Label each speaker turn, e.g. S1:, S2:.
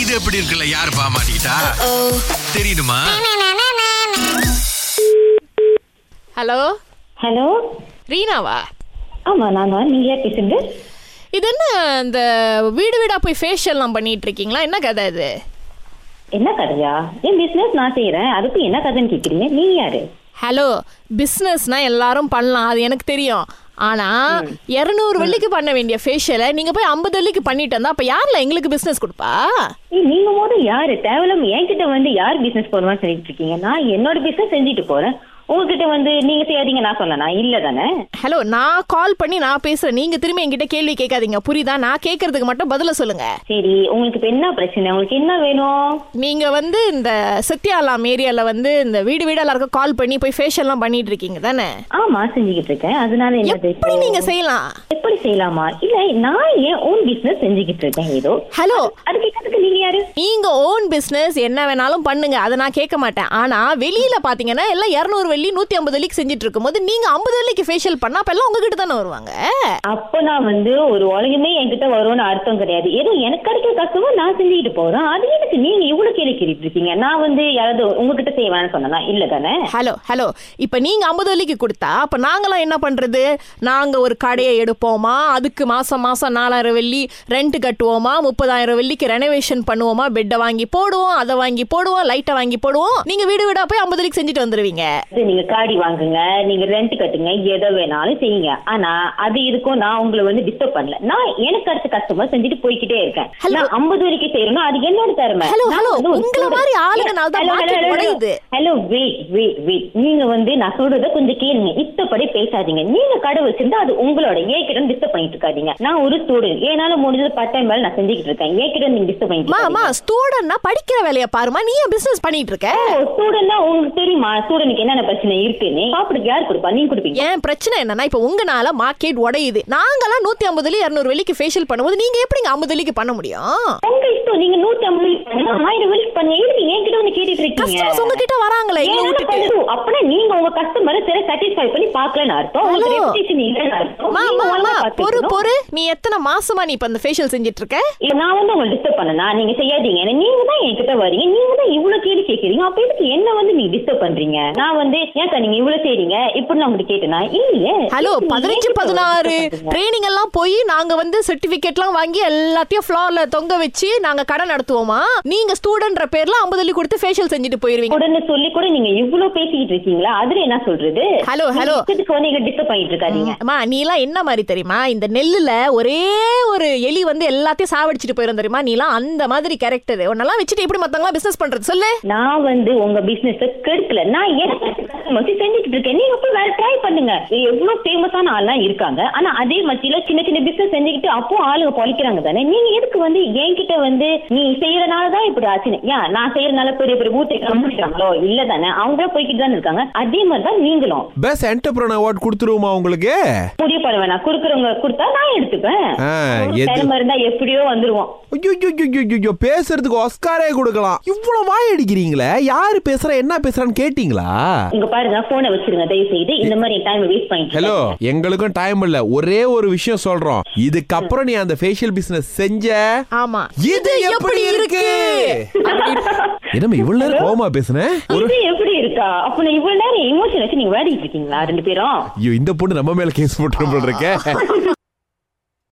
S1: இது எப்படி இருக்குல்ல யாரு பாமாட்டா தெரியுமா
S2: ஹலோ
S3: ஹலோ
S2: ரீனாவா
S3: ஆமா நான் தான் நீங்க யார் பேசுங்க
S2: இது என்ன இந்த வீடு வீடா போய் ஃபேஷியல்லாம் பண்ணிட்டு இருக்கீங்களா என்ன கதை இது
S3: என்ன கதையா என் பிசினஸ் நான் செய்யறேன் அதுக்கு என்ன கதைன்னு கேக்குறீங்க நீங்க யாரு
S2: ஹலோ பிஸ்னஸ்னா எல்லாரும் பண்ணலாம் அது எனக்கு தெரியும் ஆனா இரநூறு வெள்ளிக்கு பண்ண வேண்டிய ஃபேஷியலை நீங்க போய் ஐம்பது வெள்ளிக்கு பண்ணிட்டு வந்தா அப்ப யாரில் எங்களுக்கு பிஸ்னஸ் கொடுப்பா
S3: ஏய், நீங்க மோத யாரு தேவலம் என்கிட்ட வந்து யார் பிசினஸ் போடுவான்னு சொல்லிட்டு இருக்கீங்க நான் என்னோட பிசினஸ் செஞ்சுட்டு போறேன் உங்ககிட்ட வந்து நீங்க செய்யாதீங்க நான் சொல்லனா இல்ல தானே
S2: ஹலோ நான் கால் பண்ணி நான் பேசுறேன் நீங்க திரும்பி என்கிட்ட கேள்வி கேட்காதீங்க புரியுதா நான் கேட்கறதுக்கு மட்டும் பதில சொல்லுங்க
S3: சரி உங்களுக்கு இப்ப என்ன பிரச்சனை உங்களுக்கு என்ன வேணும்
S2: நீங்க வந்து இந்த சத்யாலாம் ஏரியால வந்து இந்த வீடு வீடு எல்லாருக்கும் கால் பண்ணி போய் ஃபேஷியல்லாம் பண்ணிட்டு இருக்கீங்க தானே
S3: ஆமா செஞ்சுக்கிட்டு இருக்கேன் அதனால என்னது இப்போ?
S2: எப்படி நீங்க செய்யலாம்
S3: எப்படி செய்யலாமா இல்ல நான் ஏன் ஓன் பிசினஸ் செஞ்சுக்கிட்டு இருக்கேன் ஏதோ
S2: ஹலோ
S3: அது கேட்கறதுக்கு நீங்க யாரு
S2: நீங்க ஓன் பிசினஸ் என்ன வேணாலும் பண்ணுங்க அதை நான் கேட்க மாட்டேன் ஆனா வெளியில பாத்தீங்கன்னா எல்லாம் 200 வெள்ளி 150 ஐம்பது வெள்ளிக்கு செஞ்சுட்டு இருக்கும்போது நீங்க 50 வெள்ளிக்கு ஃபேஷியல் பண்ணா அப்ப எல்லாம் உங்ககிட்ட தானே வருவாங்க
S3: அப்ப நான் வந்து ஒரு உலகமே என்கிட்ட வரும்னு அர்த்தம் கிடையாது ஏதோ எனக்கு கிடைக்கிற கஷ்டமா நான் செஞ்சுக்கிட்டு போறேன் அது எனக்கு நீங்க இவ்வளவு கேள்வி கேட்டுட்டு இருக்கீங்க நான் வந்து யாராவது உங்ககிட்ட செய்ய வேணாம்னு சொன்னா இல்ல தானே
S2: ஹலோ ஹலோ இப்ப நீங்க 50 வெள்ளிக்கு கொடுத்தா அப்ப நாங்களாம் என்ன பண்றது நாங்க ஒரு கடையை எடுப்போமா அதுக்கு மாசம் மாசம் நாலாயிரம் வெள்ளி ரெண்ட் கட்டுவோமா முப்பதாயிரம் வெள்ளிக்கு ரெனோவேஷன் பண்ணுவோமா பெட்டை வாங்கி போடுவோம் அதை வாங்கி போடுவோம் லைட்டை வாங்கி போடுவோம் நீங்க வீடு வீடா போய் 50 வெள்ளிக்கு செஞ்சுட்டு வந்துருவீங்க
S3: இது நீங்க காடி வாங்குங்க நீங்க ரெண்ட் கட்டுங்க எதை வேணாலும் செய்யுங்க ஆனா அது இதுக்கும் நான் உங்களை வந்து டிஸ்டர்ப் பண்ணல நான் எனக்கு அடுத்த கஷ்டமா செஞ்சுட்டு போய்க்கிட்டே இருக்கேன்
S2: Hello.
S3: நான் ஐம்பது வரைக்கும் செய்யணும் அது என்னோட திறமை
S2: Hello,
S3: நான்
S2: hello.
S3: வந்து ஒரு
S2: உங்களை
S3: student.
S2: மாதிரி ஆளுங்கனால தான்
S3: Hello, hello,
S2: market
S3: hello, hello.
S2: உடையுது.
S3: ஹலோ வெயிட் வெயிட் வெயிட் நீங்க வந்து நான் சொல்றத கொஞ்சம் கேளுங்க இத்தப்படி பேசாதீங்க நீங்க கடை வச்சிருந்தா அது உங்களோட ஏக்கிட்ட டிஸ்டர்ப் பண்ணிட்டு இருக்காதீங்க நான் ஒரு ஸ்டூடெண்ட் ஏனால முடிஞ்சது பார்ட் டைம் வேலை நான் செஞ்சுக்கிட்டு இருக்கேன் ஏக்கிட்ட நீங்க டிஸ்டர்ப் பண்ணிட்டு
S2: மாமா ஸ்டூடெண்ட்னா படிக்கிற வேலையை பாருமா நீ ஏன் பிசினஸ் பண்ணிட்டு இருக்க
S3: ஸ்டூடெண்ட்னா உங்களுக்கு தெரியுமா ஸ்டூடெண்ட்க்கு என்னென்ன பிரச்சனை இருக்குன்னு சாப்பிடுக்கு யார் கொடுப்பா நீங்க கொடுப்பீங்க
S2: ஏன் பிரச்சனை என்னன்னா இப்போ உங்கனால மார்க்கெட் உடையுது நாங்களாம் நூத்தி ஐம்பதுல இருநூறு வெள்ளிக்கு ஃபேஷியல் பண்ணும்போது நீங்க எப்படிங்க ஐம்பது வெள்ளிக்கு பண்ண முடியும்
S3: உங்க இஷ்டம் நீங்க நூத்தி ஐம்பது பண்ணுங்க ஆயிரம் வெளி பண்ணுங்க எதுக்கு என்கிட்ட வந்து கேட்டுட்டு இருக்கீங்க
S2: கஸ்டமர்ஸ் உங்ககிட்ட வராங்களே எங்களை
S3: ஏன்
S2: விட்டுட்டு
S3: பண்ணுது? அப்பனா நீங்க உங்க கஸ்டமரை சரி satisfy பண்ணி பார்க்கலன்னு அர்த்தம்
S2: Hello.
S3: உங்களுக்கு reputation இல்லைன்னு அர்த்தம்.
S2: மா,
S3: நீங்க
S2: மா,
S3: ஒழுங்கா
S2: மா, பொறு
S3: பார்த்துக்கணும்.
S2: பொறு நீ எத்தனை மாசமா நீ இப்ப இந்த ஃபேஷியல் செஞ்சிட்டு இருக்க
S3: இல்ல, நான் வந்து உங்களை disturb பண்ணனா? நீங்க செய்யாதீங்க. ஏன்னா நீங்க தான் என்கிட்ட வர்றீங்க. நீங்க தான் இவ்வளவு கேள்வி கேக்குறீங்க. அப்ப எதுக்கு என்ன வந்து நீங்க disturb பண்றீங்க? நான் வந்து, ஏன்க்கா நீங்க இவ்வளவு செய்றீங்க? இப்படி நான் உங்ககிட்ட கேட்டேனா? இல்லையே.
S2: ஹலோ
S3: எதுக்கு நீங்க
S2: பதினஞ்சு
S3: என்கிட்ட வந்து
S2: பதினாறு
S3: disturb பண்றீங்க?
S2: ட்ரைனிங் எல்லாம் போய் நாங்க வந்து சர்டிபிகேட்லாம் வாங்கி எல்லாத்தையும் ஃப்ளோர்ல தொங்க வச்சு நாங்க கடை நடத்துவோமா நீங்க ஸ்டூடெண்ட்ற பேர்ல ஐம்பது வெள்ளி கொடுத்து ஃபேஷியல் செஞ்சுட்டு போயிருவீங்க
S3: உடனே சொல்லி கூட நீங்க இவ்வளவு பேசிக்கிட்டு இருக்கீங்களா அதுல என்ன சொல்றது
S2: Hello,
S3: நீங்க
S2: hello.
S3: இஷ்டத்துக்கு வந்து எங்களை disturb பண்ணிட்டு இருக்காதீங்க
S2: அம்மா நீலாம் என்ன மாதிரி தெரியுமா இந்த நெல்லுல ஒரே ஒரு எலி வந்து எல்லாத்தையும் சாவடிச்சிட்டு போயிரும் தெரியுமா நீலாம் அந்த மாதிரி கேரக்டர் உன்னெல்லாம் வச்சுட்டு எப்படி மத்தவங்களாம் பிசினஸ் பண்றது சொல்லு
S3: நான் வந்து உங்க பிசினஸ் கெடுக்கல நான் எனக்கு மத்தி செஞ்சுட்டு இருக்கேன் நீங்க போய் வேற ட்ரை பண்ணுங்க எவ்வளவு ஃபேமஸான ஆள்லாம் இருக்காங்க ஆனா அதே மத்தியில சின்ன சின்ன பிசினஸ் செஞ்சுக்கிட்டு அப்போ ஆளுங்க பொழைக்கிறாங்க தானே நீங்க எதுக்கு வந்து என்கிட்ட வந்து நீ செய்யறதுனால தான் இப்படி ஆச்சுன்னு ஏன் நான் செய்யறதுனால பெரிய பெரிய ஊட்டி கம்பிடுறாங்களோ இல்ல தானே அவங்களே போய்கிட்டு தானே இருக்காங்க அதே மாதிரி தான் நீங்களும்
S4: பெஸ்ட் என்டர்பிரன் அவார்ட் கொடுத்துருவோமா உங்களுக்கு
S3: முடிய பண்ண வேணாம் கொடுக்குறவங்க கொடுத்தா நான் எடுத்துப்பேன்
S4: ஆ,
S3: உங்களுக்கு
S4: எது-
S3: திறமை இருந்தா எப்படியோ வந்துருவோம்
S4: ஐயோ ஐயோ, ஐயோ, ஐயோ, ஐயோ, பேசுறதுக்கு ஒஸ்காரே கொடுக்கலாம் இவ்வளவு வாய் அடிக்கிறீங்களே யாரு பேசுறா என்ன பேசுறான்னு கேட்டீங்களா
S3: இங்க பாருங்க போனை வச்சிருங்க தயவு செய்து இந்த மாதிரி டைம் வேஸ்ட் பண்ணிட்டு
S4: ஹலோ எங்களுக்கும் டைம் இல்ல ஒரே ஒரு விஷயம் சொல்றோம் இதுக்கப்புறம் நீ அந்த ஃபேஷியல் பிசினஸ் செஞ்ச
S2: ஆமா
S4: இது எப்படி இருக்கு என்னம்மா இவ்வளவு நேரம் கோவமா பேசுனேன் ஒரு
S3: இது எப்படி இருக்கா அப்ப நான் இவ்வளவு நேரம் எமோஷன் வச்சு நீங்க வேடிக்கிட்டு இருக்கீங்களா ரெண்டு பேரும்
S4: ஐயோ இந்த பொண்ணு நம்ம மேல கேஸ் போட்டு இருக்கேன்